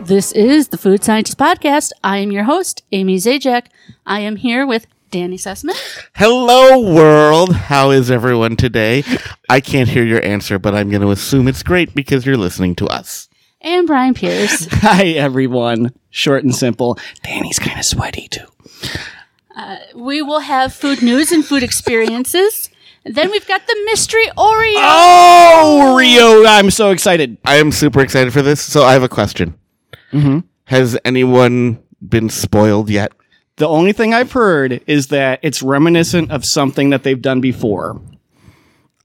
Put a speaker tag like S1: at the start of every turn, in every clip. S1: This is the Food Scientist Podcast. I am your host, Amy Zajac. I am here with Danny Sussman.
S2: Hello, world. How is everyone today? I can't hear your answer, but I'm going to assume it's great because you're listening to us.
S1: And Brian Pierce.
S3: Hi, everyone. Short and simple. Danny's kind of sweaty, too.
S1: We will have food news and food experiences. then we've got the mystery Oreo.
S3: Oh, Rio. I'm so excited.
S2: I am super excited for this. So I have a question. Mm-hmm. Has anyone been spoiled yet?
S3: The only thing I've heard is that it's reminiscent of something that they've done before.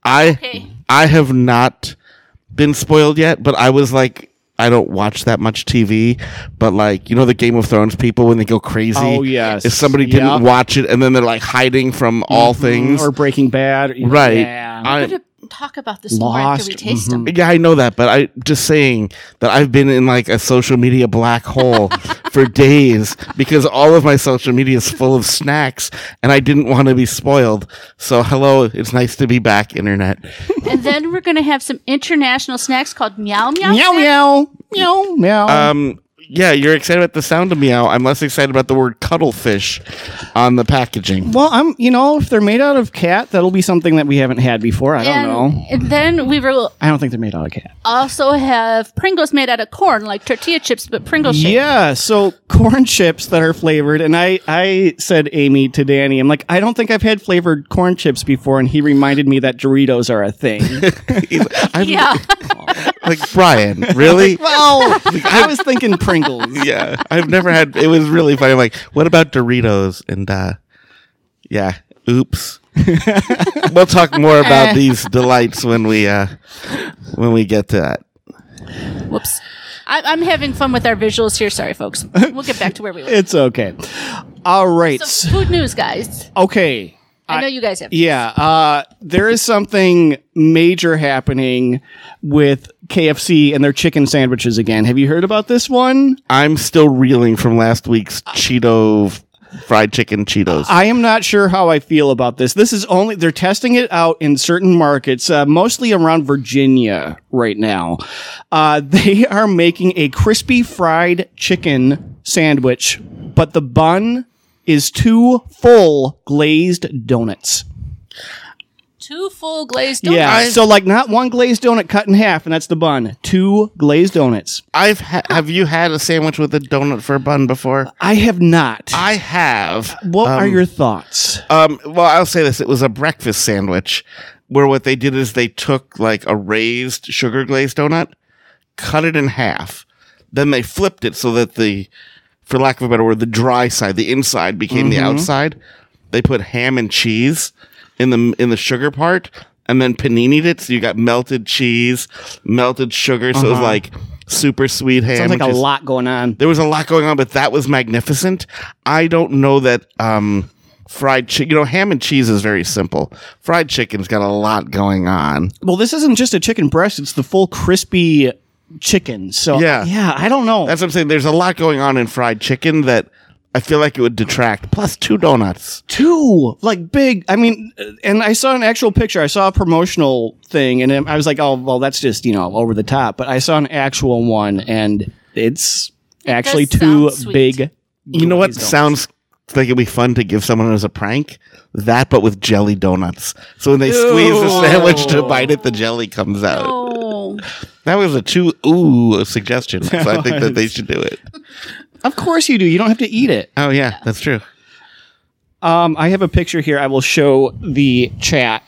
S2: I
S1: Okay.
S2: I have not been spoiled yet, but I was like, I don't watch that much TV, but like you know the Game of Thrones people when they go crazy.
S3: Oh, yes.
S2: If somebody
S3: Yep.
S2: didn't watch it and then they're like hiding from all things,
S3: Or Breaking Bad. or-
S2: right?
S3: Yeah.
S2: I-
S1: We're going
S2: Mm.
S1: to talk about this more after we
S3: Oh! Lost. Mm-hmm.
S1: taste them.
S2: Yeah, I know that, but I just saying that I've been in like a social media black hole for days because all of my social media is full of snacks and I didn't want to be spoiled. So hello, it's nice to be back, internet.
S1: and then we're going to have some international snacks called Meow Meow.
S3: Meow,
S1: snacks.
S3: meow. Meow, meow.
S2: Um yeah, you're excited about the sound of meow. I'm less excited about the word cuttlefish on the packaging.
S3: well, I'm, you know, if they're made out of cat, that'll be something that we haven't had before. I don't
S1: And,
S3: know.
S1: and then we will
S3: I don't think they're made out of cat.
S1: also have Pringles made out of corn, like tortilla chips, but Pringle shaped.
S3: Yeah, so corn chips that are flavored, and I I said Amy to Danny, I'm like, I don't think I've had flavored corn chips before, and he reminded me that Doritos are a thing.
S2: He's- I'm
S1: Yeah.
S2: like Brian, really?
S3: well, I was thinking Pringles.
S2: yeah, I've never had. It was really funny. I'm like, what about Doritos? And uh, yeah, oops. we'll talk more about these delights when we uh, when we get to that.
S1: Whoops. I, I'm having fun with our visuals here. Sorry, folks. We'll get back to where we were.
S3: It's okay. All right.
S1: So, food news, guys.
S3: Okay.
S1: I know you guys have.
S3: Yeah, uh, there is something major happening with KFC and their chicken sandwiches again. Have you heard about this one?
S2: I'm still reeling from last week's Cheeto f- fried chicken Cheetos.
S3: I am not sure how I feel about this. This is only they're testing it out in certain markets, uh, mostly around Virginia right now. Uh, they are making a crispy fried chicken sandwich, but the bun is two full glazed donuts.
S1: Two full glazed donuts.
S3: Yeah, so like not one glazed donut cut in half, and that's the bun. Two glazed donuts.
S2: I've ha- have you had a sandwich with a donut for a bun before?
S3: I have not.
S2: I have.
S3: what
S2: Um,
S3: are your thoughts?
S2: Um, well, I'll say this: it was a breakfast sandwich, where what they did is they took like a raised sugar glazed donut, cut it in half, then they flipped it so that the, for lack of a better word, the dry side, the inside became
S3: Mm-hmm.
S2: the outside. They put ham and cheese in the in the sugar part, and then paninied it, so you got melted cheese, melted sugar. So it was like super sweet ham.
S3: Uh-huh. Sounds like
S2: which
S3: a
S2: is-
S3: lot going on.
S2: there was a lot going on, but that was magnificent. I don't know that um, fried chicken. You know, ham and cheese is very simple. Fried chicken's got a lot going on.
S3: Well, this isn't just a chicken breast; it's the full crispy chicken. So
S2: Yeah.
S3: yeah, I don't know.
S2: That's what I'm saying. There's a lot going on in fried chicken that I feel like it would detract. Plus two donuts.
S3: two like big. I mean, uh, and I saw an actual picture. I saw a promotional thing, and I was like, oh well, that's just you know over the top. But I saw an actual one, and it's actually
S1: does
S3: two
S1: sound sweet.
S3: big.
S2: You know what?
S3: glazed donuts.
S2: Sounds like it'd be fun to give someone as a prank. That, but with jelly donuts. So when they squeeze the sandwich to bite it, the jelly comes out.
S1: Oh.
S2: That was a two ooh suggestion. So I think that they should do it.
S3: Of course you do. You don't have to eat it.
S2: Oh yeah, that's true.
S3: Um, I have a picture here. I will show the chat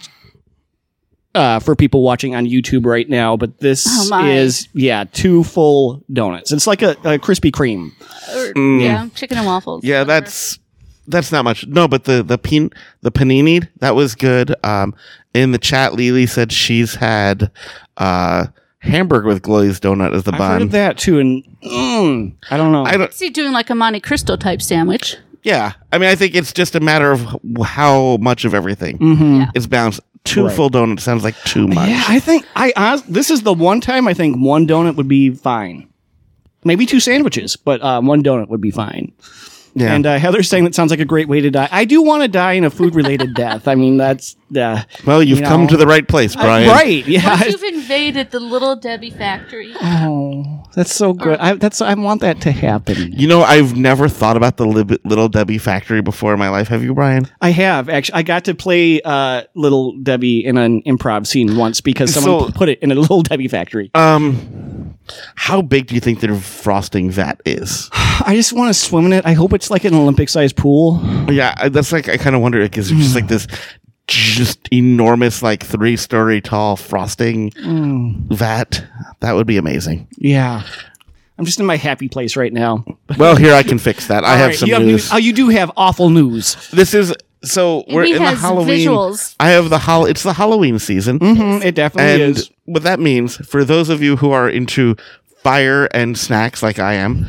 S3: uh, for people watching on YouTube right now. But this
S1: Oh, my.
S3: is yeah, two full donuts. It's like a, a Krispy Kreme.
S1: Or, Er, Yeah, chicken and waffles.
S2: Mm. Yeah,
S1: whatever.
S2: that's that's not much. No, but the the pin the panini that was good. Um, in the chat, Lily said she's had uh hamburger with glazed donut as the
S3: I've heard
S2: bun.
S3: of that too, and mm, I don't know.
S2: I don't.
S1: Is he doing like a Monte Cristo type sandwich?
S2: Yeah, I mean, I think it's just a matter of wh- how much of everything
S1: Yeah.
S2: is balanced. Two
S3: Mm-hmm. Right.
S2: full donuts sounds like too much.
S3: yeah, I think I hon- this is the one time I think one donut would be fine. Maybe two sandwiches, but uh, one donut would be fine.
S2: Yeah.
S3: And uh, Heather's saying that sounds like a great way to die. I do want to die in a food related death. I mean, that's uh,
S2: Well, you've
S3: you
S2: come
S3: know. Uh,
S2: to the right place, Brian.
S3: right. Yeah.
S1: Once you've invaded the little Debbie factory,
S3: Oh, that's so good. I, that's I want that to happen.
S2: You know, I've never thought about the Lib- Little Debbie factory before in my life. Have you, Brian?
S3: I have actually. I got to play uh, Little Debbie in an improv scene once because someone
S2: So-
S3: put it in a Little Debbie factory.
S2: Um, how big do you think their frosting vat is?
S3: I just want to swim in it. I hope it's like an Olympic sized pool.
S2: yeah, I, that's like I kind of wonder because it's just
S3: Hmm.
S2: like this, just enormous, like three story tall frosting
S3: Hmm.
S2: vat. That would be amazing.
S3: Yeah. I'm just in my happy place right now.
S2: Well, here I can fix that. I
S3: All
S2: have
S3: right,
S2: some
S3: you
S2: news.
S3: oh, you do have awful news.
S2: this is so we're
S1: he
S2: in the
S1: has
S2: Halloween.
S1: visuals.
S2: I have the hol. It's the Halloween season.
S3: Mm-hmm, it definitely
S2: And
S3: is.
S2: what that means for those of you who are into fire and snacks like I am,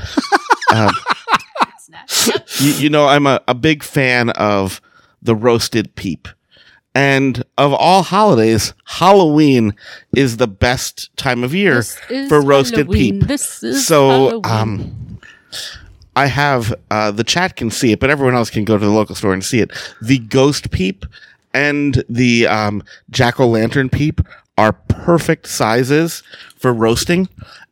S2: uh,
S1: Yep.
S2: you, you know, I'm a, a big fan of the roasted peep. And of all holidays, Halloween is the best time of year
S1: This is
S2: for roasted
S1: Halloween.
S2: peep.
S1: This is Halloween.
S2: So, um, I have uh, the chat can see it, but everyone else can go to the local store and see it. The ghost peep and the um, jack o' lantern peep are perfect sizes for roasting,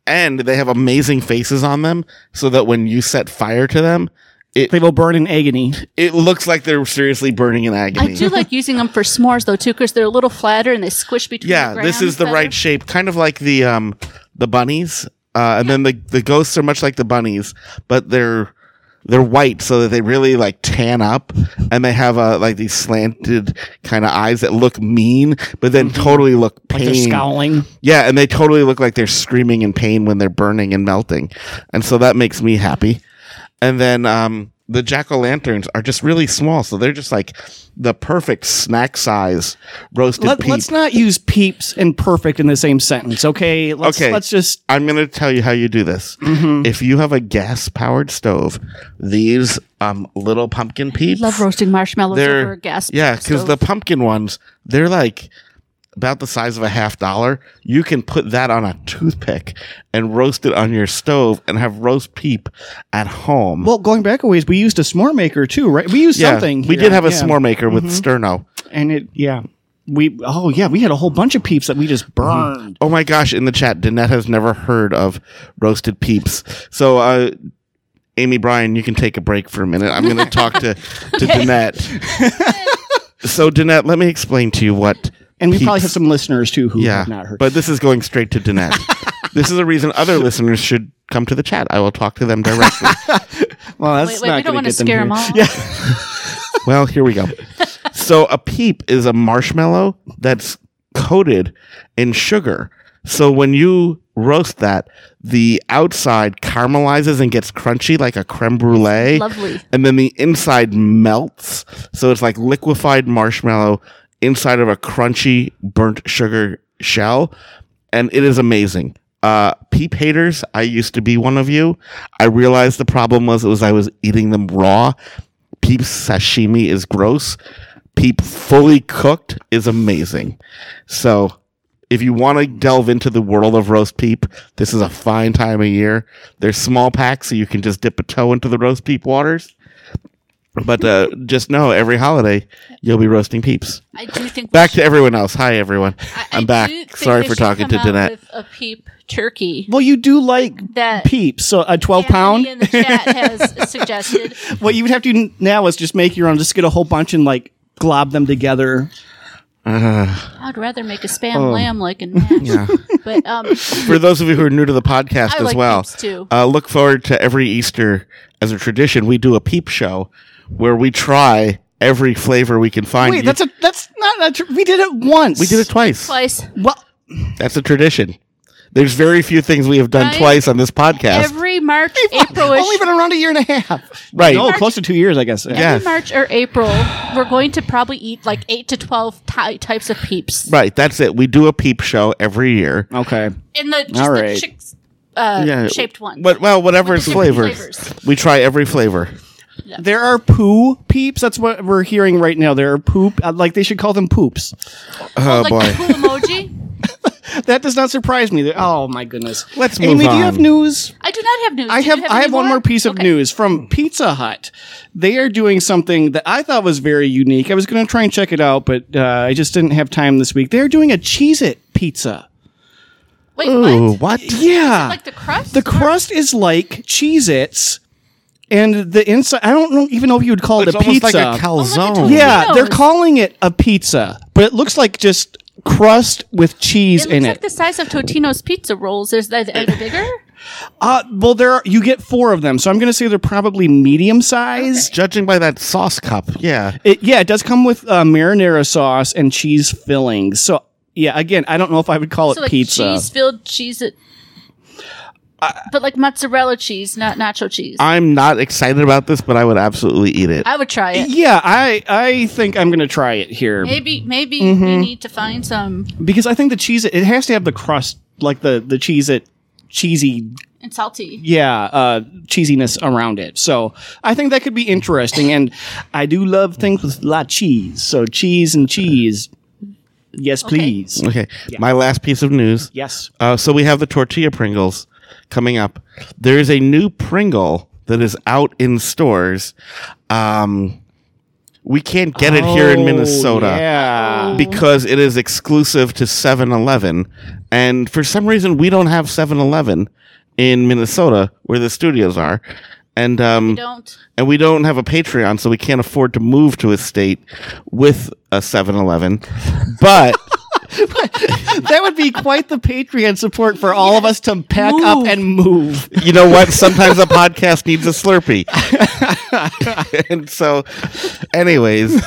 S2: and they have amazing faces on them, so that when you set fire to them, it
S3: They will burn in agony.
S2: it looks like they're seriously burning in agony.
S1: I do like using them for s'mores though too, because they're a little flatter and they squish between.
S2: yeah,
S1: the
S2: this
S1: ground
S2: is the
S1: better.
S2: right shape, kind of like the um the bunnies. Uh, and then the the ghosts are much like the bunnies, but they're they're white so that they really like tan up and they have uh, like these slanted kind of eyes that look mean but then
S1: Mm-hmm.
S2: totally look
S3: Like
S2: pain.
S3: they're scowling.
S2: Yeah, and they totally look like they're screaming in pain when they're burning and melting. And so that makes me happy. And then um, the jack o' lanterns are just really small. So they're just like the perfect snack size roasted
S3: Let,
S2: peep.
S3: us not use peeps and perfect in the same sentence, okay? Let's,
S2: Okay.
S3: Let's just.
S2: I'm going to tell you how you do this.
S3: Mm-hmm.
S2: If you have a gas powered stove, these um, little pumpkin peeps.
S1: Love roasting marshmallows
S2: they're
S1: over a gas.
S2: yeah because the pumpkin ones they're like about the size of a half dollar you can put that on a toothpick and roast it on your stove and have roast peep at home
S3: Well, going back a ways, we used a s'more maker too, right? We used
S2: yeah,
S3: something.
S2: we
S3: here.
S2: did have a
S3: Yeah. Mm-hmm.
S2: s'more maker with sterno
S3: and it. Yeah, we. Oh yeah, we had a whole bunch of peeps that we just burned.
S2: oh my gosh in the chat danette has never heard of roasted peeps so uh amy bryan you can take a break for a minute i'm gonna talk to to danette so danette let me explain to you what
S3: And we probably
S2: peeps
S3: have some listeners too who
S2: Yeah,
S3: have not heard.
S2: but this is going straight to Danette. this is a reason other listeners should come to the chat. I will talk to them directly.
S3: well, that's
S1: wait, wait, we don't
S3: gonna
S1: want to
S3: get them
S1: scare
S3: here.
S1: them off.
S2: well, here we go. So a peep is a marshmallow that's coated in sugar. So when you roast that, the outside caramelizes and gets crunchy like a creme brulee.
S1: Lovely.
S2: And then the inside melts. So it's like liquefied marshmallow inside of a crunchy burnt sugar shell. And it is amazing. Uh, peep haters, I used to be one of you. I realized the problem was it was I was eating them raw. Peep sashimi is gross. Peep fully cooked is amazing. So if you want to delve into the world of roast peep, this is a fine time of year. They're small packs, so you can just dip a toe into the roast peep waters. But uh, just know every holiday you'll be roasting peeps.
S1: I do think we
S2: Back to everyone else. Hi, everyone.
S1: I- I
S2: I'm back.
S1: do think
S2: Sorry
S1: they
S2: for
S1: should
S2: talking to
S1: come out
S2: Danette.
S1: with A peep turkey
S3: Well, you do like
S1: that
S3: peeps, so a twelve pound.
S1: Anthony in the chat has suggested.
S3: What you would have to do now is just make your own. Just get a whole bunch and like glob them together.
S1: I'd rather make a spam
S3: Oh.
S1: lamb like in match. But um,
S2: for those of you who are new to the podcast
S1: I
S2: as
S1: like
S2: well,
S1: peeps, too.
S2: Uh, look forward to every Easter as a tradition. We do a peep show where we try every flavor we can find.
S3: Wait,
S2: You-
S3: that's a that's not a. Tr- we did it once.
S2: we did it twice.
S1: twice
S3: Well,
S2: That's a tradition. There's very few things we have done
S1: Right?
S2: twice on this podcast.
S1: every March, Aprilish.
S3: only been around a year and a half.
S2: Right.
S3: No, close to two years, I guess.
S2: Yeah.
S1: Every March or April, we're going to probably eat like eight to twelve ty- types of peeps.
S2: right, that's it. We do a peep show every year.
S3: Okay.
S1: In the just
S3: All
S1: the
S3: right.
S1: chicks uh, shaped one.
S2: But well, whatever it's
S1: different
S2: flavors.
S1: flavors.
S2: We try every flavor.
S3: There are poo peeps. That's what we're hearing right now. There are poop. uh, Like they should call them poops.
S2: Oh
S1: like
S2: boy.
S1: the cool emoji.
S3: that does not surprise me. Oh my goodness.
S2: Let's
S3: Amy,
S2: move
S3: do you have
S2: on.
S3: news?
S1: I do not have news.
S3: I
S1: Do you
S3: have, I
S1: any
S3: have one more piece of
S1: Okay.
S3: news from Pizza Hut. They are doing something that I thought was very unique. I was going to try and check it out, but uh, I just didn't have time this week. They are doing a Cheez It pizza.
S1: Wait,
S2: Ooh,
S1: what?
S2: what?
S3: Yeah.
S1: Like the crust?
S3: The crust is like Cheez Its, and the inside, I don't know, even know if you would call
S2: It's
S3: it a
S2: almost
S3: pizza.
S2: like a calzone.
S1: Oh,
S3: yeah,
S1: Doritos.
S3: they're calling it a pizza, but it looks like just crust with cheese
S1: It looks
S3: in
S1: like
S3: it.
S1: the size of Totino's pizza rolls. Is that are they bigger?
S3: uh, well, there are, you get four of them, so I'm going to say they're probably medium size.
S2: Judging by that sauce cup, yeah.
S3: It, yeah, it does come with uh, marinara sauce and cheese fillings. So yeah, again, I don't know if I would call
S1: so
S3: it
S1: like
S3: pizza.
S1: cheese filled cheese. It, but like mozzarella cheese, not nacho cheese. I,
S2: I'm not excited about this, but I would absolutely eat it.
S1: would try it.
S3: Yeah, I I think I'm gonna try it here
S1: Maybe maybe we
S3: Mm-hmm.
S1: need to find some
S3: because I think the cheese it has to have the crust like the the cheese it cheesy
S1: and salty.
S3: yeah uh cheesiness around it so i think that could be interesting and i do love things with a lot of cheese so cheese and cheese yes please
S2: Okay, my last piece of news.
S3: yes
S2: Uh, so we have the tortilla Pringles coming up. There is a new Pringle that is out in stores. Um, we can't get it here in
S3: Oh,
S2: Minnesota Um,
S3: yeah
S2: because it is exclusive to 7-Eleven, and for some reason we don't have 7-Eleven in Minnesota where the studios are, and um,
S1: Don't
S2: and we don't have a Patreon, so we can't afford to move to a state with a 7-Eleven, but.
S3: that would be quite the Patreon support for all of us to pack up
S1: Move.
S3: and move.
S2: you know what? Sometimes a podcast needs a Slurpee. and so, anyways,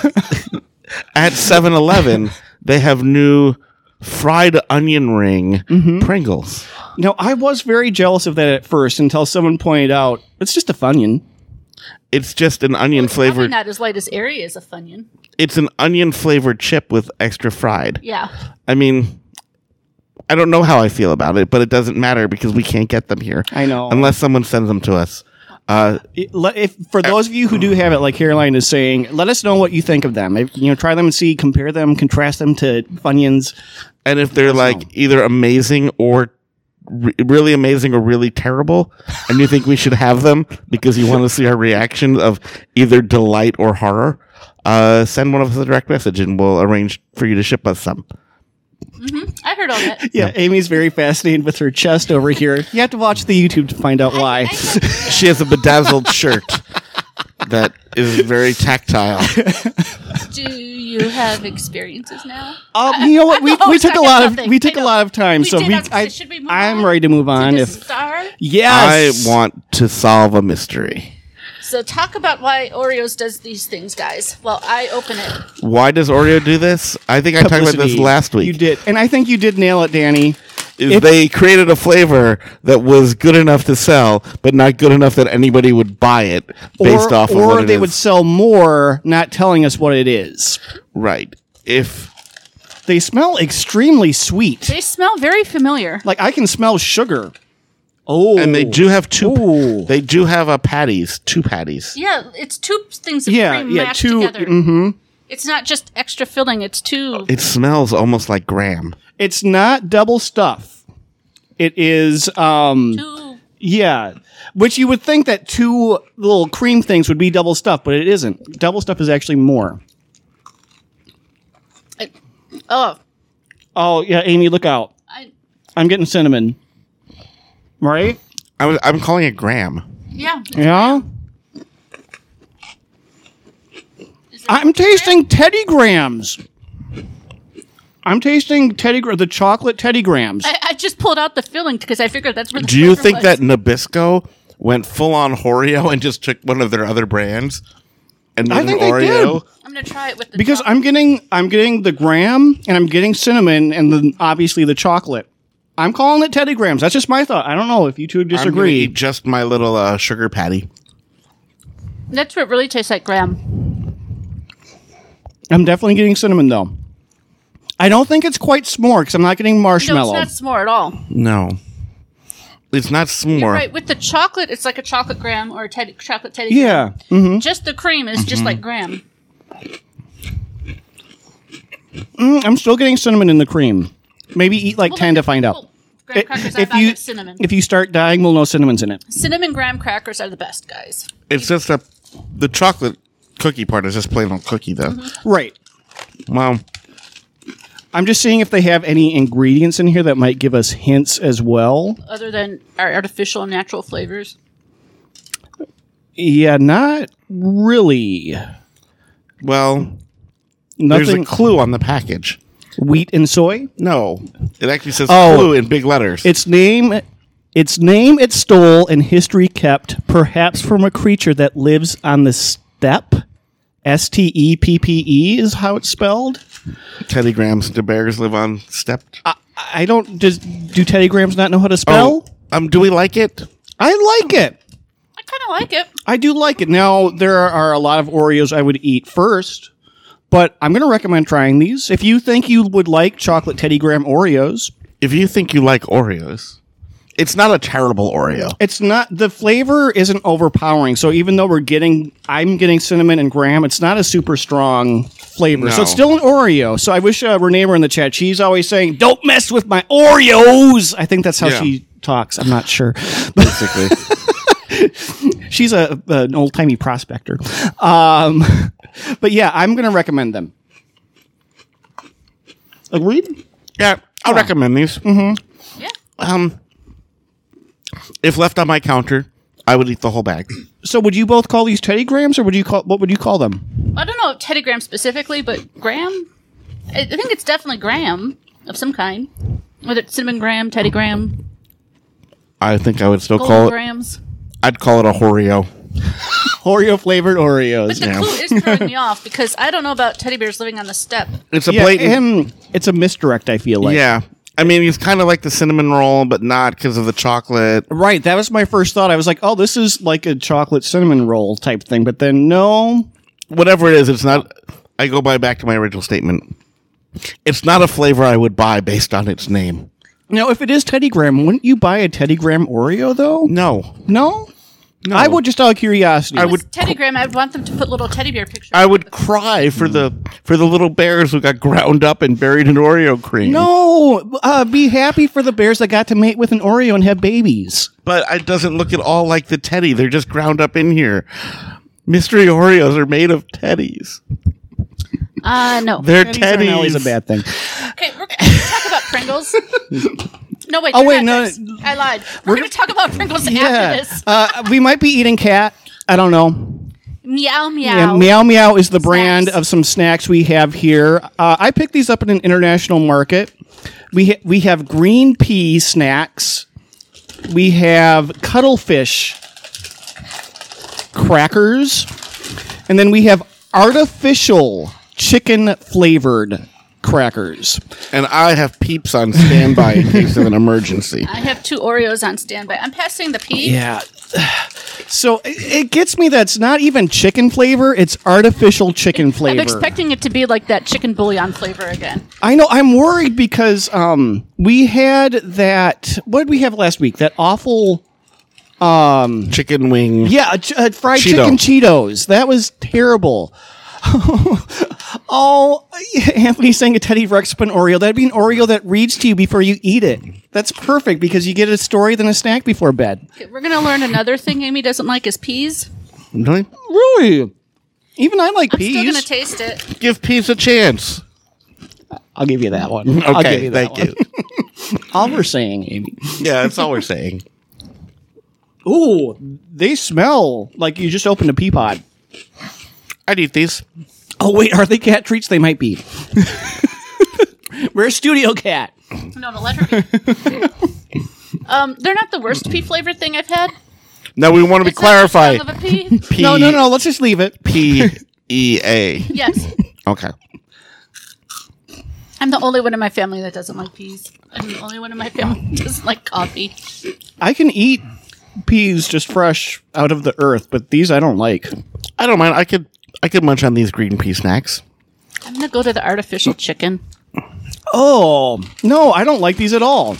S2: at 7 Eleven, they have new fried onion ring Pringles.
S3: Now, I was very jealous of that at first until someone pointed out it's just a Funyun.
S2: It's just an onion
S1: probably
S2: flavored,
S1: not as light as airy as a funyun.
S2: it's an onion flavored chip with extra fried.
S1: Yeah,
S2: I mean, I don't know how I feel about it, but it doesn't matter because we can't get them here.
S3: I know.
S2: Unless someone sends them to us. Uh,
S3: It- le- if, for those of you who do have it, like Caroline is saying, let us know what you think of them. If, you know, try them and see, compare them, contrast them to Funyuns.
S2: And if they're like either amazing or re- really amazing or really terrible, and you think we should have them because you want to see our reaction of either delight or horror, uh, send one of us a direct message and we'll arrange for you to ship us some.
S1: I heard all that.
S3: Yeah, Amy's very fascinated with her chest over here. You have to watch the YouTube to find out why.
S2: She has a bedazzled shirt that is very tactile.
S1: Do you have experiences now?
S3: Um, you know what?
S1: I'm
S3: We,
S1: the
S3: we
S1: host,
S3: took
S1: I
S3: a
S1: got
S3: lot of
S1: nothing.
S3: we took
S1: I
S3: a
S1: know.
S3: lot of time,
S1: We
S3: so
S1: did.
S3: we
S1: I was gonna say, should we move
S3: I'm
S1: on?
S3: ready to move on.
S1: To
S3: If
S1: star?
S2: I
S3: yes,
S2: want to solve a mystery.
S1: So talk about why Oreos does these things, guys. Well, I open it.
S2: Why does Oreo do this? I think I talked about this
S3: Publicity.
S2: last week.
S3: You did, and I think you did nail it, Danny.
S2: is
S3: If-
S2: they created a flavor that was good enough to sell, but not good enough that anybody would buy it based
S3: or,
S2: off of
S3: or
S2: what it
S3: they
S2: is.
S3: would sell more, not telling us what it is.
S2: right. If
S3: They smell extremely sweet.
S1: They smell very familiar.
S3: Like I can smell sugar. Oh,
S2: and they do have two,
S3: Ooh.
S2: they do have a patties, two patties.
S1: Yeah, it's two things that
S3: Yeah,
S1: yeah,
S3: yeah,
S1: mashed
S3: two- mm-hmm.
S1: together. It's not just extra filling. It's two.
S2: It smells almost like graham.
S3: It's not double stuff. It is, um,
S1: two
S3: yeah. Which you would think that two little cream things would be double stuff, but it isn't. Double stuff is actually more.
S1: it, oh,
S3: Oh yeah, Amy, look out!
S1: I,
S3: I'm getting cinnamon. Right?
S2: I was, I'm calling it graham.
S1: yeah.
S3: Yeah. I'm tasting Teddy Grahams. I'm tasting Teddy Gra- the chocolate Teddy Grahams.
S1: I, I just pulled out the filling because I figured that's where. The
S2: Do you
S1: flavor
S2: think
S1: was.
S2: that Nabisco went full on Oreo and just took one of their other brands and
S3: I
S2: made an
S3: think they did.
S2: Oreo?
S1: I'm gonna try it with the
S3: Because
S1: chocolate.
S3: I'm getting I'm getting the graham and I'm getting cinnamon and then obviously the chocolate. I'm calling it Teddy Grahams. That's just my thought. I don't know if you two
S2: I'm gonna
S3: disagree.
S2: eat just my little uh, sugar patty.
S1: that's what really tastes like graham.
S3: I'm definitely getting cinnamon though. I don't think it's quite s'more because I'm not getting
S1: No,
S3: marshmallow.
S1: it's not s'more at all.
S2: No, it's not s'more.
S1: You're right. With the chocolate, it's like a chocolate graham or a teddy, chocolate teddy.
S3: yeah. Mm-hmm.
S1: graham. Just the cream is just like graham.
S3: Mm, I'm still getting cinnamon in the cream. maybe eat like
S1: Well,
S3: ten to
S1: look,
S3: find out.
S1: well, Graham crackers, I
S3: if
S1: thought
S3: you
S1: of cinnamon.
S3: if you start dying, we'll know cinnamon's in it.
S1: cinnamon graham crackers are the best, guys.
S2: It's just a the chocolate cookie part is just plain old cookie though.
S1: Mm-hmm.
S3: Right.
S2: Wow.
S3: I'm just seeing if they have any ingredients in here that might give us hints as well.
S1: Other than our artificial and natural flavors.
S3: Yeah, not really.
S2: Well, there's a
S3: Nothing.
S2: clue on the package.
S3: wheat and soy.
S2: No, it actually says
S3: Oh.
S2: clue in big letters.
S3: Its name, its name, it stole and history kept, perhaps from a creature that lives on the steppe. S T E P P E is how it's spelled.
S2: Teddy Grahams to bears live on stepped.
S3: I, I don't. Does do Teddy Grahams not know how to spell?
S2: um, do we like it?
S3: I like it.
S1: I kind of like it.
S3: I do like it. Now there are a lot of Oreos I would eat first, but I'm going to recommend trying these. If you think you would like chocolate Teddy Graham Oreos,
S2: If you think you like Oreos, it's not a terrible Oreo.
S3: it's not the flavor isn't overpowering. So even though we're getting, I'm getting cinnamon and graham, it's not a super strong flavor. So
S2: No.
S3: it's still an Oreo. So I wish uh, Renee were in the chat. She's always saying, "Don't mess with my Oreos." I think that's how
S2: Yeah.
S3: she talks. I'm not sure, but
S2: Basically,
S3: she's a an old timey prospector. Um, but yeah, I'm gonna recommend them. Agreed.
S2: yeah, I'll recommend these. Mm-hmm.
S1: Yeah.
S2: Um, if left on my counter, I would eat the whole bag.
S3: So would you both call these Teddy Grahams, or would you call what would you call them?
S1: I don't know Teddy Graham specifically, but Graham. I I think it's definitely Graham of some kind. Whether it's cinnamon Graham, Teddy Graham,
S2: I think I would still
S1: Golden
S2: call it.
S1: Grahams.
S2: I'd call it a Oreo.
S3: Oreo flavored Oreos.
S1: But the clue is throwing me off because I don't know about teddy bears living on the steppe.
S2: It's a
S3: yeah,
S2: blatant.
S3: and it's a misdirect. I feel like.
S2: yeah, I mean, it's kind of like the cinnamon roll, but not because of the chocolate.
S3: Right. That was my first thought. I was like, oh, this is like a chocolate cinnamon roll type thing. But then, no.
S2: Whatever it is, it's not. I go by back to my original statement. It's not a flavor I would buy based on its name.
S3: Now, if it is Teddy Graham, wouldn't you buy a Teddy Graham Oreo, though?
S2: No,
S3: No?
S2: No.
S3: I would just out of curiosity.
S2: I
S1: If
S2: would-
S1: it's Teddy Graham. I'd want them to put little teddy bear pictures.
S2: I would cry for the
S3: Mm.
S2: for the little bears who got ground up and buried in Oreo cream.
S3: No. Uh, be happy for the bears that got to mate with an Oreo and have babies.
S2: but it doesn't look at all like the teddy. They're just ground up in here. Mystery Oreos are made of teddies.
S1: Uh, no.
S2: They're
S1: Grahams
S2: teddy-
S1: are-
S3: Not always a bad thing.
S1: Okay, we're going to talk about Pringles. No, wait.
S3: Oh,
S1: they're
S3: wait,
S1: not
S3: no.
S1: next. I lied. We're, going to talk about Pringles after this.
S3: Uh, we might be eating cat. I don't know.
S1: Meow, meow.
S3: Yeah, Meow Meow is the brand
S1: Snacks.
S3: of some snacks we have here. Uh, I picked these up at an international market. We ha- we have green pea snacks. We have cuttlefish crackers, and then we have artificial chicken flavored crackers.
S2: And I have peeps on standby in case of an emergency.
S1: I have two Oreos on standby. I'm passing the pea.
S3: Yeah. So it, it gets me that's not even chicken flavor; it's artificial chicken
S1: I'm
S3: flavor.
S1: expecting it to be like that chicken bouillon flavor again.
S3: I know. I'm worried because um, we had that. What did we have last week? That awful.
S2: Chicken wing.
S3: Yeah, a ch- uh, fried
S2: Cheeto.
S3: chicken Cheetos. That was terrible. oh, Anthony's saying a Teddy Ruxpin Oreo. That'd be an Oreo that reads to you before you eat it. That's perfect because you get a story than a snack before bed.
S1: Okay, we're going to learn another thing Amy doesn't like is peas.
S2: Really?
S3: Really? Even I like
S1: Still going to
S3: peas.
S1: taste it.
S2: Give peas a chance.
S3: I'll give you that one. I'll give
S2: Okay,
S3: you that
S2: thank
S3: one.
S2: you.
S3: All we're saying, Amy.
S2: Yeah, that's all we're saying.
S3: Ooh, they smell like you just opened a pea pod.
S2: I'd eat these.
S3: Oh wait, are they cat treats? They might be. We're a studio cat.
S1: No, no, let her be. um, they're not the worst pea flavored thing I've had.
S2: Now we want to be
S1: It's not the
S2: clarify.
S1: smell of a pea.
S2: P-
S3: No, no, no. Let's just leave it.
S2: P E A.
S1: yes.
S2: Okay.
S1: I'm the only one in my family that doesn't like peas. I'm the only one in my family that doesn't like coffee.
S3: I can eat peas just fresh out of the earth, but these I don't like.
S2: I don't mind. I could I could munch on these green pea snacks.
S1: I'm gonna go to the artificial chicken.
S3: Oh no, I don't like these at all.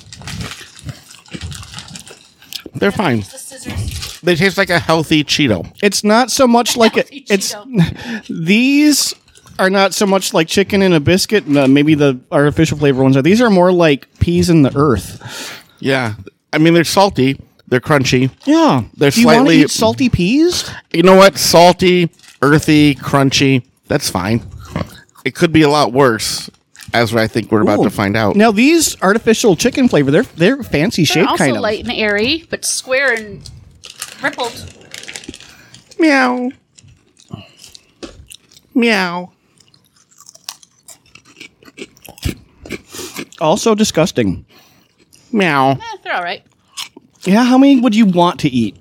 S2: They're fine.
S1: The scissors.
S2: They taste like a healthy Cheeto.
S3: It's not so much like it. It's these are not so much like chicken in a biscuit. No, maybe the artificial flavor ones are. These are more like peas in the earth.
S2: Yeah. I mean, they're salty, they're crunchy.
S3: Yeah,
S2: They're
S3: Do you wanna
S2: slightly-
S3: eat salty peas.
S2: You know what? Salty, earthy, crunchy. That's fine. It could be a lot worse, as I think we're about
S3: Ooh.
S2: to find out.
S3: Now these artificial chicken flavor, they're they're fancy
S1: They're
S3: shaped
S1: also
S3: kind of.
S1: light and airy, but square and rippled.
S2: Meow. Meow.
S3: Also disgusting.
S2: Meow.
S1: Eh, they're all right.
S3: Yeah, how many would you want to eat?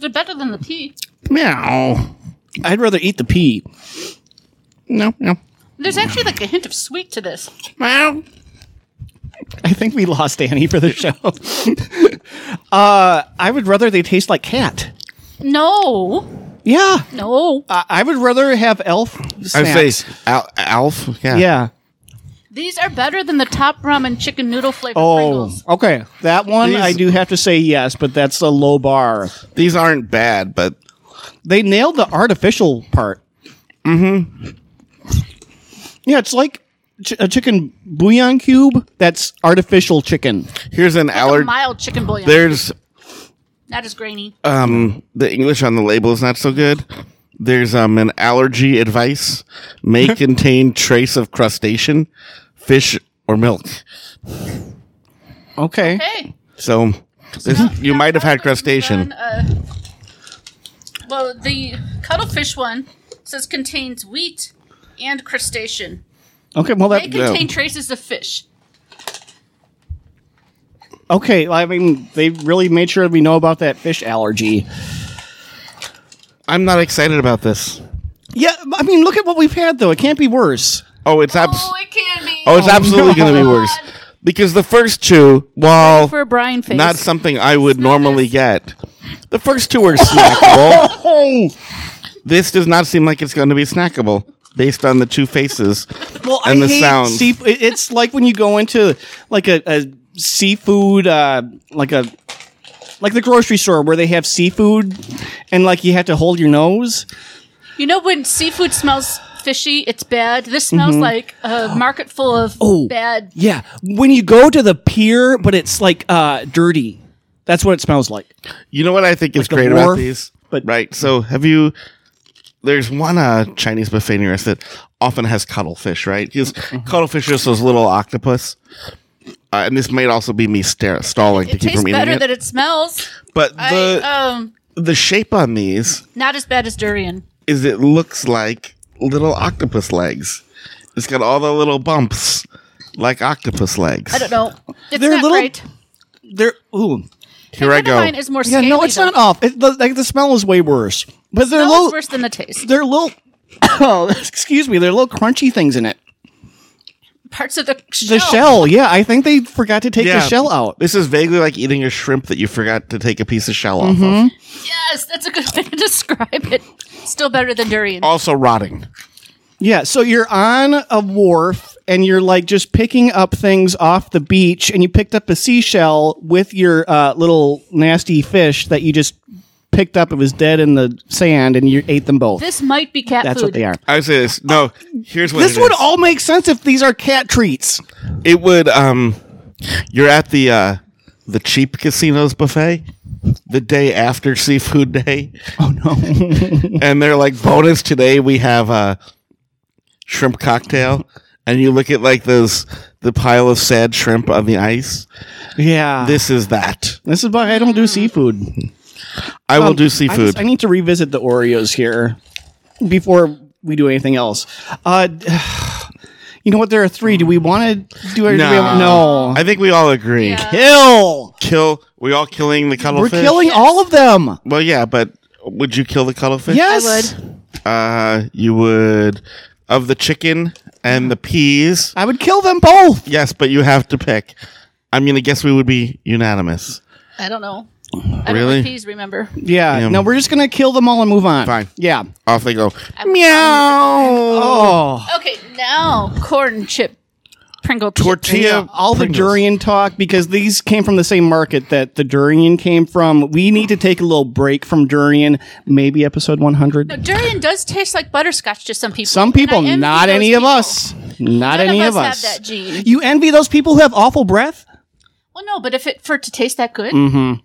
S1: They're better than the pea.
S2: Meow.
S3: I'd rather eat the pea.
S2: No, no.
S1: There's actually like a hint of sweet to this.
S2: Meow.
S3: I think we lost Annie for the show. uh, I would rather they taste like cat.
S1: No,
S3: Yeah,
S1: no.
S3: I, I would rather have elf. Snacks.
S2: I say al- Alf. Yeah.
S3: yeah.
S1: These are better than the top ramen chicken noodle flavored
S3: Oh,
S1: Pringles.
S3: okay. That one
S2: These-
S3: I do have to say yes, but that's a low bar.
S2: These aren't bad, but
S3: They nailed the artificial part. Mm-hmm. Yeah, it's like ch- a chicken bouillon cube that's artificial chicken.
S2: here's an
S1: Like a
S2: allergy.
S1: mild chicken bouillon.
S2: There's
S1: Not as grainy.
S2: um the English on the label is not so good. There's um an allergy advice may contain trace of crustacean, fish or milk.
S3: Okay.
S1: hey,
S2: So this,
S1: Now-
S2: you
S1: now
S2: might have had
S1: Robin's
S2: crustacean.
S1: done, uh, well, the cuttlefish one says contains wheat and crustacean.
S3: Okay, well
S1: They
S3: that
S1: contain traces of fish.
S3: Okay, I mean they really made sure we know about that fish allergy.
S2: I'm not excited about this.
S3: Yeah, I mean look at what we've had though. It can't be worse.
S2: Oh, it's abs-
S1: Oh, it can be.
S2: oh, it's
S3: Oh,
S2: absolutely going to be
S1: God.
S2: worse because the first two, while
S1: for a brine face.
S2: not something I would normally get, the first two are snackable.
S3: Oh,
S2: this does not seem like it's going to be snackable based on the two faces
S3: well,
S2: And
S3: I
S2: the
S3: hate
S2: sound.
S3: sea- it- it's like when you go into like a, a seafood, uh, like a like the grocery store where they have seafood, and like you have to hold your nose.
S1: you know when seafood smells fishy, it's bad. This smells
S2: Mm-hmm.
S1: like a market full of
S2: Oh.
S1: bad.
S3: Yeah, when you go to the pier, but it's like uh, dirty. That's what it smells like.
S2: You know what I think is
S3: the
S2: great about
S3: wharf,
S2: these?
S3: but-
S2: right. So have you? There's one uh, Chinese buffet near us that often has cuttlefish, right? Because
S3: Mm-hmm.
S2: cuttlefish is those little octopus. Uh, and this might also be me star- stalling to
S1: It
S2: keep
S1: tastes
S2: from eating
S1: better
S2: it.
S1: than it smells.
S2: but
S1: I,
S2: the
S1: um,
S2: the shape on these
S1: not as bad as durian.
S2: is it looks like little octopus legs. It's got all the little bumps like octopus legs.
S1: I don't know. It's
S3: They're
S1: not
S3: little-
S1: great.
S3: There, ooh,
S2: Here I go.
S1: Mine is more.
S3: yeah, no,
S1: scaly,
S3: it's
S1: though.
S3: not off. It, the, like the smell is way worse. But they're
S1: Smell
S3: low.
S1: is worse than the taste.
S3: they're little excuse me they're little crunchy things in it
S1: Parts of the shell.
S3: the shell yeah i think they forgot to take
S2: Yeah.
S3: the shell out
S2: This is vaguely like eating a shrimp that you forgot to take a piece of shell off
S3: Mm-hmm.
S2: of.
S1: Yes, that's a good way to describe it. Still better than durian.
S2: Also rotting.
S3: yeah so you're on a wharf and you're like just picking up things off the beach and you picked up a seashell with your uh, little nasty fish that you just picked up it was dead in the sand and you ate them both
S1: This might be cat
S3: that's
S1: food.
S3: what they are
S2: I would say this. No, here's what
S3: this
S2: it
S3: would
S2: is.
S3: all make sense if these are cat treats
S2: It would. Um, you're at the uh, the cheap casinos buffet the day after seafood day. Oh no! and they're like bonus today. We have a shrimp cocktail, and you look at like those the pile of sad shrimp on the ice.
S3: yeah this,
S2: This is that.
S3: is why i don't do seafood
S2: I will
S3: Um,
S2: do
S3: I,
S2: seafood.
S3: just- I need to revisit the Oreos here before we do anything else. Uh, d- you know what? There are three. Do we want to do it?
S2: No.
S3: no.
S2: I think we all agree.
S1: Yeah.
S3: Kill.
S2: Kill. We all killing the
S3: We're
S2: cuttlefish.
S3: killing all of them.
S2: Well, yeah, but would you kill the cuttlefish?
S3: Yes.
S1: I
S2: Uh, you would of the chicken and the peas.
S3: I would kill them both.
S2: Yes, but you have to pick. I'm gonna guess we would be unanimous.
S1: I don't know. I don't
S2: Really?
S1: like peas, remember.
S3: Yeah.
S2: Yeah.
S3: No, we're just gonna kill them all and move on.
S2: Fine.
S3: Yeah.
S2: Off they go.
S1: Meow.
S3: Oh.
S1: Okay, now corn chip Pringle chips.
S2: tortilla.
S3: all
S2: Pringles.
S3: the durian talk because these came from the same market that the durian came from. We need to take a little break from durian, maybe episode 100.
S1: Durian does taste like butterscotch to some people.
S3: Some
S1: and I
S3: people,
S1: envy
S3: not
S1: those
S3: any of
S1: people.
S3: us. Not
S1: None of
S3: any
S1: us
S3: of
S1: have
S3: us.
S1: that gene.
S3: You envy those people who have awful breath?
S1: Well, no, but if it for it to taste that good,
S3: Mhm.
S1: can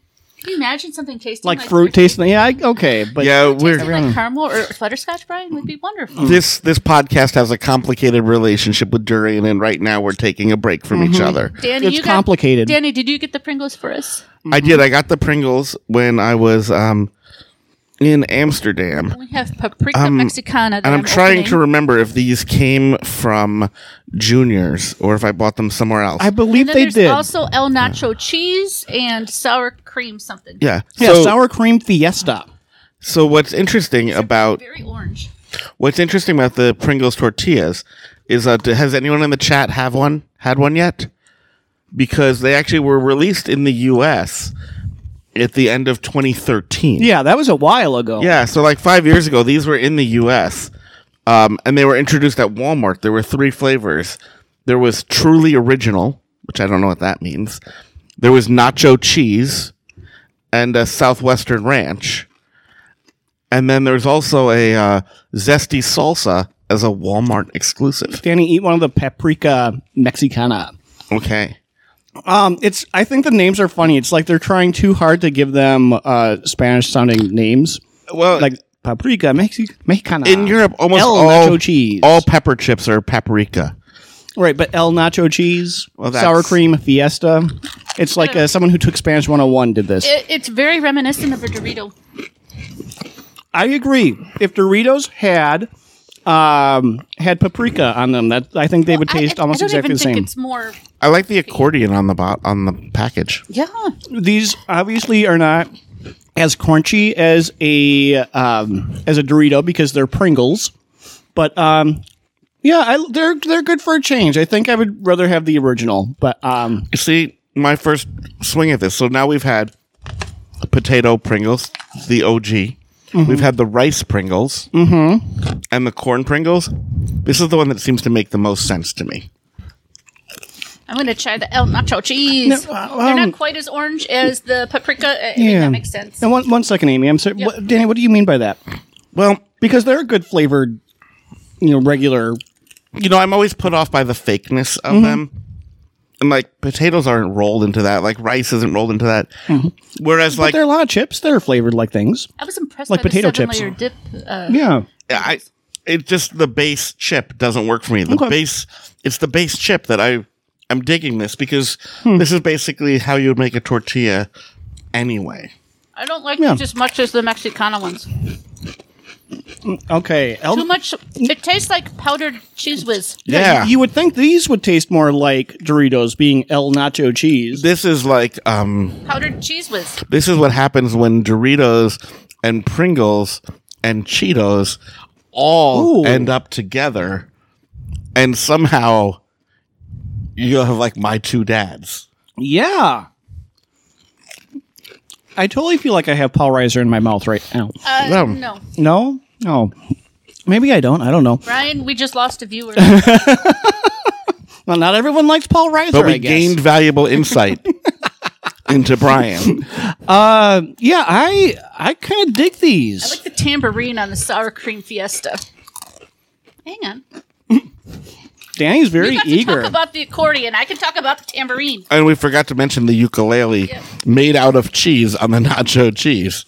S1: you imagine something tasting
S3: Like,
S1: like,
S3: fruit tasting. Yeah, I, okay, but
S2: Yeah,
S1: tasting
S2: we're
S1: like caramel or butterscotch? Brian would be wonderful.
S2: this this podcast has a complicated relationship with durian, and right now we're taking a break from each other.
S1: Danny,
S3: it's
S1: you got,
S3: complicated.
S1: Danny, did you get the Pringles for us?
S2: I did. I got the Pringles when I was um in Amsterdam.
S1: We have paprika mexicana. That
S2: Um, And I'm, trying to
S1: opening.
S2: remember if these came from Juniors or if I bought them somewhere else.
S3: I believe
S1: And then
S3: they
S1: there's
S3: did.
S1: also El Nacho cheese and sour cream something.
S2: yeah.
S3: yeah,
S2: so,
S3: sour cream fiesta.
S2: so what's interesting about
S1: Very orange.
S2: what's interesting about the Pringles tortillas is uh, d- has anyone in the chat have one had one yet? Because they actually were released in the U.S. at the end of 2013.
S3: Yeah, that was a while ago.
S2: Yeah, so like five years ago, these were in the U.S. Um, and they were introduced at Walmart. There were three flavors. There was truly original, which I don't know what that means. There was nacho cheese and a southwestern ranch. And then there's also a uh, zesty salsa as a Walmart exclusive.
S3: Danny, eat one of the paprika mexicana.
S2: Okay.
S3: Um, it's. I think the names are funny. It's like they're trying too hard to give them uh, Spanish-sounding names,
S2: Well,
S3: like paprika Mexi- mexicana.
S2: Uh, in Europe, almost
S3: El
S2: all
S3: nacho cheese.
S2: all pepper chips are paprika.
S3: right, but El Nacho cheese,
S2: Well, that's-
S3: sour cream fiesta. It's like uh, someone who took Spanish 101 did this.
S1: It, it's very reminiscent of a Dorito.
S3: I agree. If Doritos had um, had paprika on them, that I think they would
S1: I-
S3: taste
S1: I,
S3: almost
S1: I don't
S3: exactly
S1: even
S3: the
S1: think
S3: same.
S1: It's more.
S2: I like the accordion on the bo- on the package.
S1: Yeah.
S3: These obviously are not as crunchy as a um, as a Dorito because they're Pringles, but um, yeah, I, they're they're good for a change. I think I would rather have the original, but um,
S2: See, my first swing at this. So now we've had potato Pringles, the OG. We've had the rice Pringles and the corn Pringles. This is the one that seems to make the most sense to me.
S1: I'm going to try the El Nacho cheese.
S3: No, uh,
S1: They're
S3: um,
S1: not quite as orange as the paprika. I- I mean,
S3: Yeah.
S1: that makes sense.
S3: and one one second, Amy, I'm sorry, what, Danny. What do you mean by that?
S2: Well,
S3: Because they're a good flavored, you know, regular.
S2: you know, I'm always put off by the fakeness of them. And like potatoes aren't rolled into that, like rice isn't rolled into that. Whereas,
S3: But
S2: like,
S3: there are a lot of chips that are flavored like things.
S1: I was impressed
S3: Like
S1: by
S3: potato
S1: the seven
S3: chips.
S1: layer dip. Uh,
S3: Yeah.
S2: I, it just the base chip doesn't work for me. The
S3: Okay.
S2: base, it's the base chip that I, I'm digging this because
S3: Hmm.
S2: this is basically how you would make a tortilla, anyway.
S1: I don't like
S3: Yeah.
S1: these as much as the Mexicana ones.
S3: Okay. El-
S1: Too much. It tastes like powdered cheese whiz.
S2: Yeah,
S3: You, you would think these would taste more like Doritos being El Nacho cheese.
S2: this is like, um,
S1: Powdered cheese whiz.
S2: this is what happens when Doritos and Pringles and Cheetos all
S3: Ooh.
S2: end up together, and somehow you'll have like my two dads.
S3: Yeah. I totally feel like I have Paul Reiser in my mouth right now.
S1: Uh,
S2: Yeah.
S1: No.
S3: No? No. Maybe I don't. I don't know.
S1: Brian, we just lost a viewer.
S3: Well, not everyone likes Paul Reiser,
S2: But we
S3: I guess.
S2: gained valuable insight into Brian.
S3: uh, yeah, I I kind of dig these.
S1: like the tambourine on the sour cream fiesta. Hang on.
S3: Danny's very
S1: You got to
S3: eager.
S1: talk about the accordion. I can talk about the tambourine.
S2: And we forgot to mention the ukulele made out of cheese on the nacho cheese.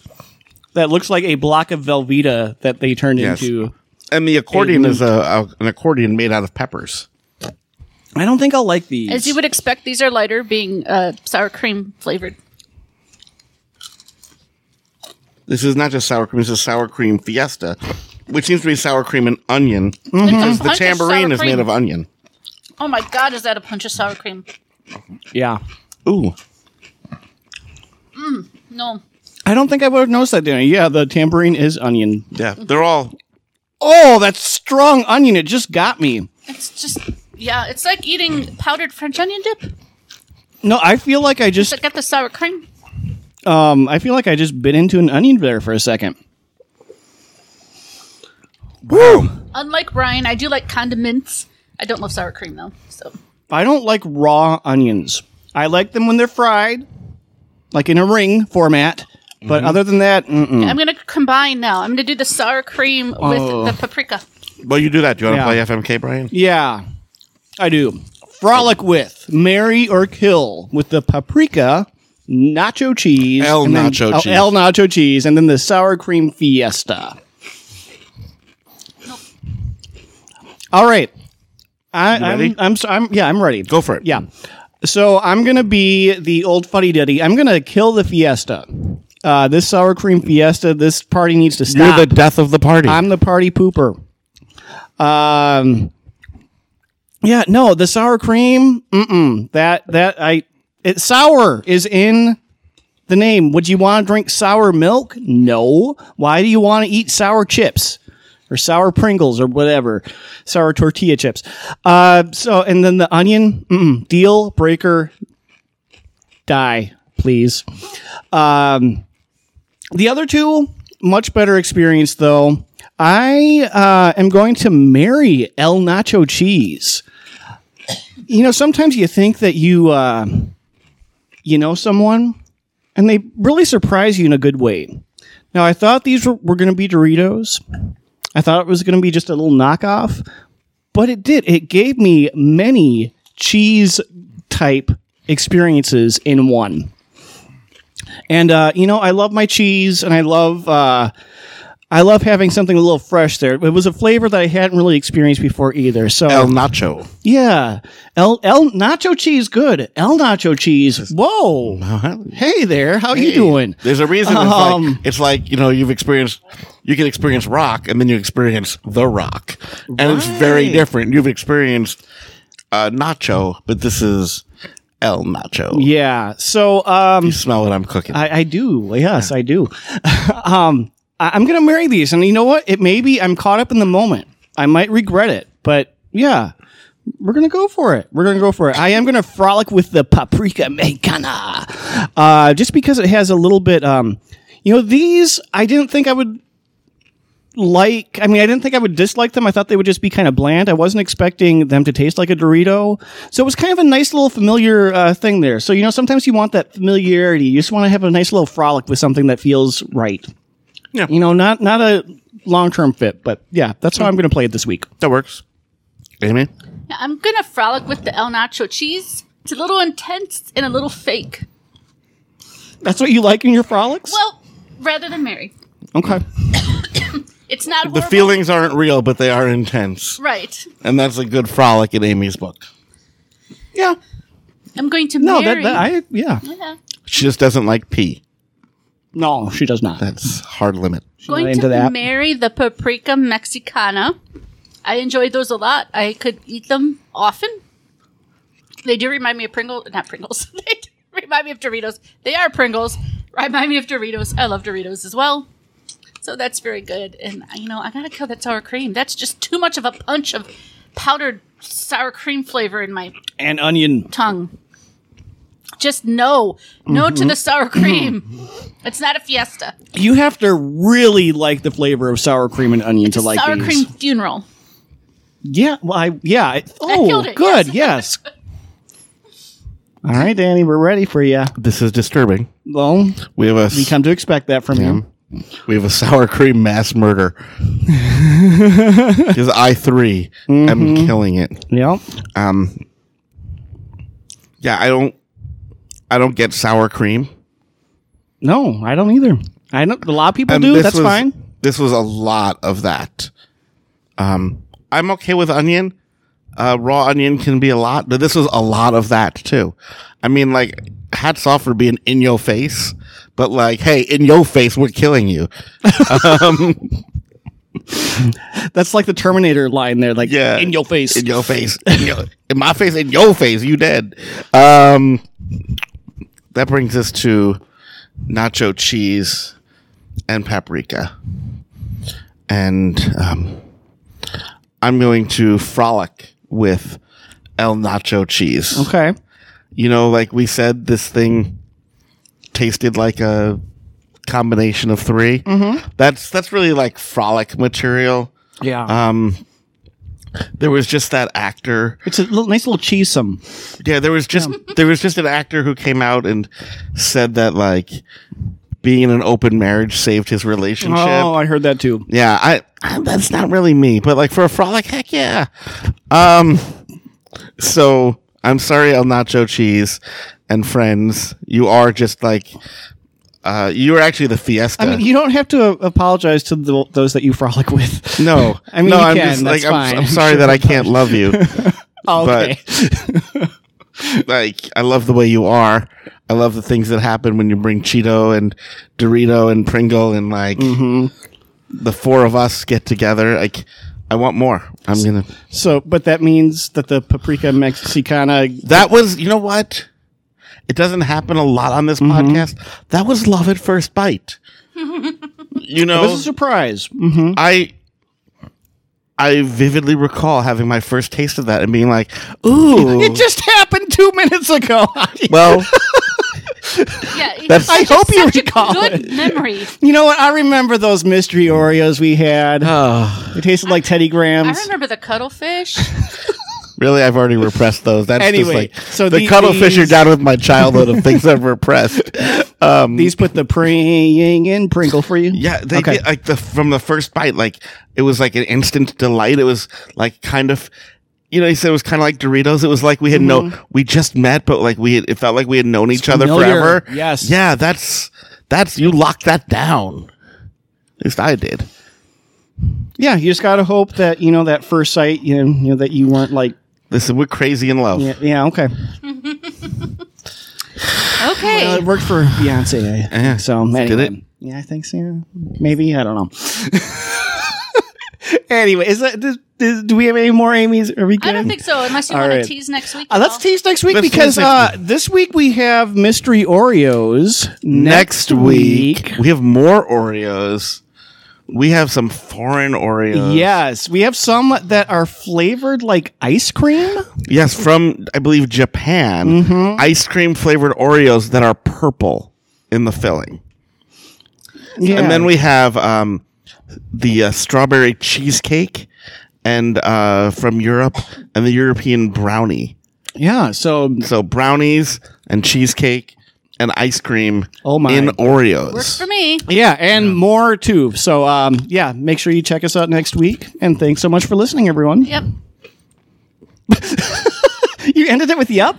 S3: that looks like a block of Velveeta that they turned
S2: Yes.
S3: into.
S2: And the accordion is a, a- an accordion made out of peppers.
S3: I don't think I'll like these.
S1: As you would expect, these are lighter, being uh, sour cream flavored.
S2: This is not just sour cream, this is sour cream fiesta, which seems to be sour cream and onion.
S1: There's a
S2: Mm-hmm. The
S1: punch of
S2: tambourine
S1: sour
S2: is made
S1: cream.
S2: of onion.
S1: Oh my god, is that a punch of sour cream?
S3: yeah.
S2: Ooh.
S1: No.
S3: I don't think I would have noticed that, Danny. Yeah, the tambourine is onion.
S2: Yeah.
S1: Mm-hmm.
S2: They're all
S3: Oh, that's strong onion. It just got me.
S1: It's just, yeah, it's like eating powdered French onion dip.
S3: No, I feel like I just
S1: It's got the sour cream.
S3: um I feel like I just bit into an onion there for a second. Woo!
S1: Unlike Brian, I do like condiments. I don't love sour cream though. So
S3: I don't like raw onions. I like them when they're fried, like in a ring format. But other than that, mm-mm.
S1: I'm gonna combine now. I'm gonna do the sour cream with
S3: Oh.
S1: the paprika.
S2: Well, you do that. Do you want to
S3: Yeah.
S2: play FMK, Brian?
S3: yeah, I do. Frolic with, marry or kill with the paprika, nacho cheese,
S2: El
S3: and then-
S2: nacho
S3: oh,
S2: cheese.
S3: El nacho cheese, and then the sour cream fiesta. All right, I,
S2: ready?
S3: I'm, I'm, so- I'm, yeah, I'm ready.
S2: Go for it.
S3: Yeah. So I'm gonna be the old fuddy duddy. I'm gonna kill the fiesta. Uh, this sour cream fiesta. This party needs to stop.
S2: death of the party.
S3: I'm the party pooper. Um. Yeah. No, the sour cream. Mm-mm. That that I. It sour is in the name. Would you want to drink sour milk? No. Why do you want to eat sour chips? Or sour Pringles, or whatever, sour tortilla chips. Uh, so, and then the onion, mm, deal breaker, die, please. Um, the other two, much better experience though. I uh, am going to marry El Nacho Cheese. You know, sometimes you think that you uh, you know someone, and they really surprise you in a good way. Now, I thought these were, were going to be Doritos. I thought it was going to be just a little knockoff, but it did. It gave me many cheese type experiences in one. And uh, you know, I love my cheese, and I love uh, I love having something a little fresh there. It was a flavor that I hadn't really experienced before either. So
S2: El Nacho.
S3: yeah, El El Nacho cheese, good El Nacho cheese. Whoa, hey there, how you doing?
S2: There's a reason. It's,
S3: Um,
S2: like, it's like you know you've experienced. You can experience rock, and then you experience the rock, and it's very
S3: Right.
S2: different. You've experienced uh, nacho, but this is El Nacho.
S3: Yeah, so um,
S2: You smell what I'm cooking.
S3: I, I do. Yes, I do. um, I, I'm going to marry these. And you know what? It may be I'm caught up in the moment. I might regret it. But yeah, we're going to go for it. We're going to go for it. I am going to frolic with the paprika mexicana uh, just because it has a little bit. Um, you know, these I didn't think I would like i mean i didn't think i would dislike them i thought they would just be kind of bland i wasn't expecting them to taste like a dorito so it was kind of a nice little familiar uh, thing there so you know sometimes you want that familiarity you just want to have a nice little frolic with something that feels right
S2: Yeah.
S3: you know not not a long-term fit but yeah that's how i'm gonna play it this week
S2: that works. Amy,
S1: Yeah, I'm gonna frolic with the El Nacho cheese. It's a little intense and a little fake.
S3: that's what you like in your frolics
S1: Well, rather than Mary,
S3: okay
S1: it's not
S2: the
S1: horrible.
S2: feelings aren't real, but they are intense,
S1: Right.
S2: and that's a good frolic in Amy's book.
S3: yeah
S1: I'm going to
S3: no that,
S1: marry.
S3: that i yeah
S1: Yeah.
S2: She just doesn't like pee.
S3: no she does not
S2: That's hard limit.
S1: going
S3: into
S1: to
S3: that.
S1: marry the paprika mexicana. I enjoyed those a lot. I could eat them often. They do remind me of Pringles, not Pringles. they do remind me of Doritos. They are Pringles. Remind me of Doritos. I love Doritos as well. So that's very good. And uh, you know, I gotta kill that sour cream. That's just too much of a punch of powdered sour cream flavor in my
S3: and onion
S1: tongue. Just no, no to
S3: Mm-hmm.
S1: the sour cream. it's not a fiesta.
S3: you have to really like the flavor of sour cream and onion to like
S1: sour
S3: these.
S1: cream funeral.
S3: Yeah, well, I yeah. It, oh,
S1: killed it,
S3: good. Yes. All right, Danny, we're ready for you.
S2: This is disturbing.
S3: Well,
S2: We have a
S3: we come to expect that from you.
S2: We have a sour cream mass murder. Because I 3 am
S3: Mm-hmm.
S2: killing it.
S3: Yep.
S2: Um, yeah, I don't, I don't get sour cream.
S3: No, I don't either. I don't. A lot of people
S2: And
S3: do.
S2: this
S3: That's
S2: was-
S3: fine.
S2: This was a lot of that. Um, I'm okay with onion. Uh, raw onion can be a lot, but this was a lot of that too. I mean, like, hats off for being in your face, but like, hey, in your face, we're killing you.
S3: That's like the Terminator line there, like
S2: Yeah.
S3: in your face.
S2: in your face, in, your, in my face, in your face, you dead. Um, that brings us to nacho cheese and paprika, and um, I'm going to frolic with el nacho cheese.
S3: okay.
S2: You know, like we said, this thing tasted like a combination of 3 Mm-hmm. That's that's really like frolic material.
S3: Yeah.
S2: Um, There was just that actor.
S3: It's a little, nice little cheesome.
S2: Yeah, there was just there was just an actor who came out and said that like being in an open marriage saved his relationship.
S3: Oh, I heard that too.
S2: Yeah, I, I that's not really me, but like for a frolic, heck yeah. Um, so I'm sorry, El Nacho Cheese and friends, you are just like, uh, you are actually the fiesta.
S3: I mean, you don't have to uh, apologize to the, those that you frolic with.
S2: no,
S3: I mean,
S2: no,
S3: you
S2: I'm
S3: can,
S2: just like,
S3: that's
S2: I'm,
S3: fine.
S2: I'm sorry that I can't love you.
S3: Oh, okay.
S2: like, I love the way you are. I love the things that happen when you bring Cheeto and Dorito and Pringle and like the four of us get together. Like, I want more. I'm gonna.
S3: So, but that means that the paprika mexicana.
S2: That was, you know what? It doesn't happen a lot on this podcast. That was love at first bite. you
S3: It was
S2: know,
S3: a surprise. hmm
S2: I I vividly recall having my first taste of that and being like, "Ooh,
S3: It just happened two minutes ago.
S2: well,
S1: Yeah, it
S2: That's-
S1: was
S2: I
S1: such
S3: hope you
S1: such a
S3: recall
S1: Good memory.
S3: you know what? I remember those mystery Oreos we had.
S2: oh,
S3: They tasted like Teddy
S1: I
S3: Grahams.
S1: remember the cuttlefish.
S2: really? I've already repressed those." That's
S3: Anyway,
S2: just like
S3: so
S2: the
S3: the-
S2: cuttlefish are
S3: these-
S2: down with my childhood of things I've repressed. Um,
S3: These put the praying in Pringle for you.
S2: Yeah, they
S3: Okay.
S2: did, like the from the first bite, like it was like an instant delight. It was like kind of, you know, he said it was kind of like Doritos. It was like we had no, we just met, but like we, had, it felt like we had known each other
S3: familiar.
S2: forever.
S3: Yes.
S2: yeah, that's that's you locked that down. At least I did.
S3: Yeah, you just gotta hope that you know that first sight, you know, you know that you weren't like,
S2: Listen, we're crazy in love.
S3: yeah, yeah okay.
S1: Okay.
S3: Well, Uh, it worked for Beyonce, I
S2: Yeah.
S3: think. so anyway.
S2: Did it?
S3: Yeah, I think so. yeah. Maybe I don't know. anyway, is that does, does, do we have any more Amy's? Are we good?
S1: I don't think so, unless you
S3: All
S1: want
S3: right.
S1: to tease next week.
S3: Uh, let's
S1: Paul.
S3: tease next week
S2: Let's
S3: because
S2: tease next
S3: uh, this week we have mystery Oreos.
S2: Next week we have more Oreos. We have some foreign Oreos.
S3: Yes, we have some that are flavored like ice cream.
S2: Yes, from I believe Japan,
S3: Mm-hmm.
S2: ice cream flavored Oreos that are purple in the filling,
S3: Yeah.
S2: and then we have um, the uh, strawberry cheesecake, and uh, from Europe, and the European brownie.
S3: yeah, so
S2: So brownies and cheesecake and ice cream
S3: Oh my.
S2: in
S1: Works
S2: Oreos.
S1: for me.
S3: yeah, and more too. So um, yeah, make sure you check us out next week. And thanks so much for listening, everyone.
S1: Yep.
S3: You ended it with yup.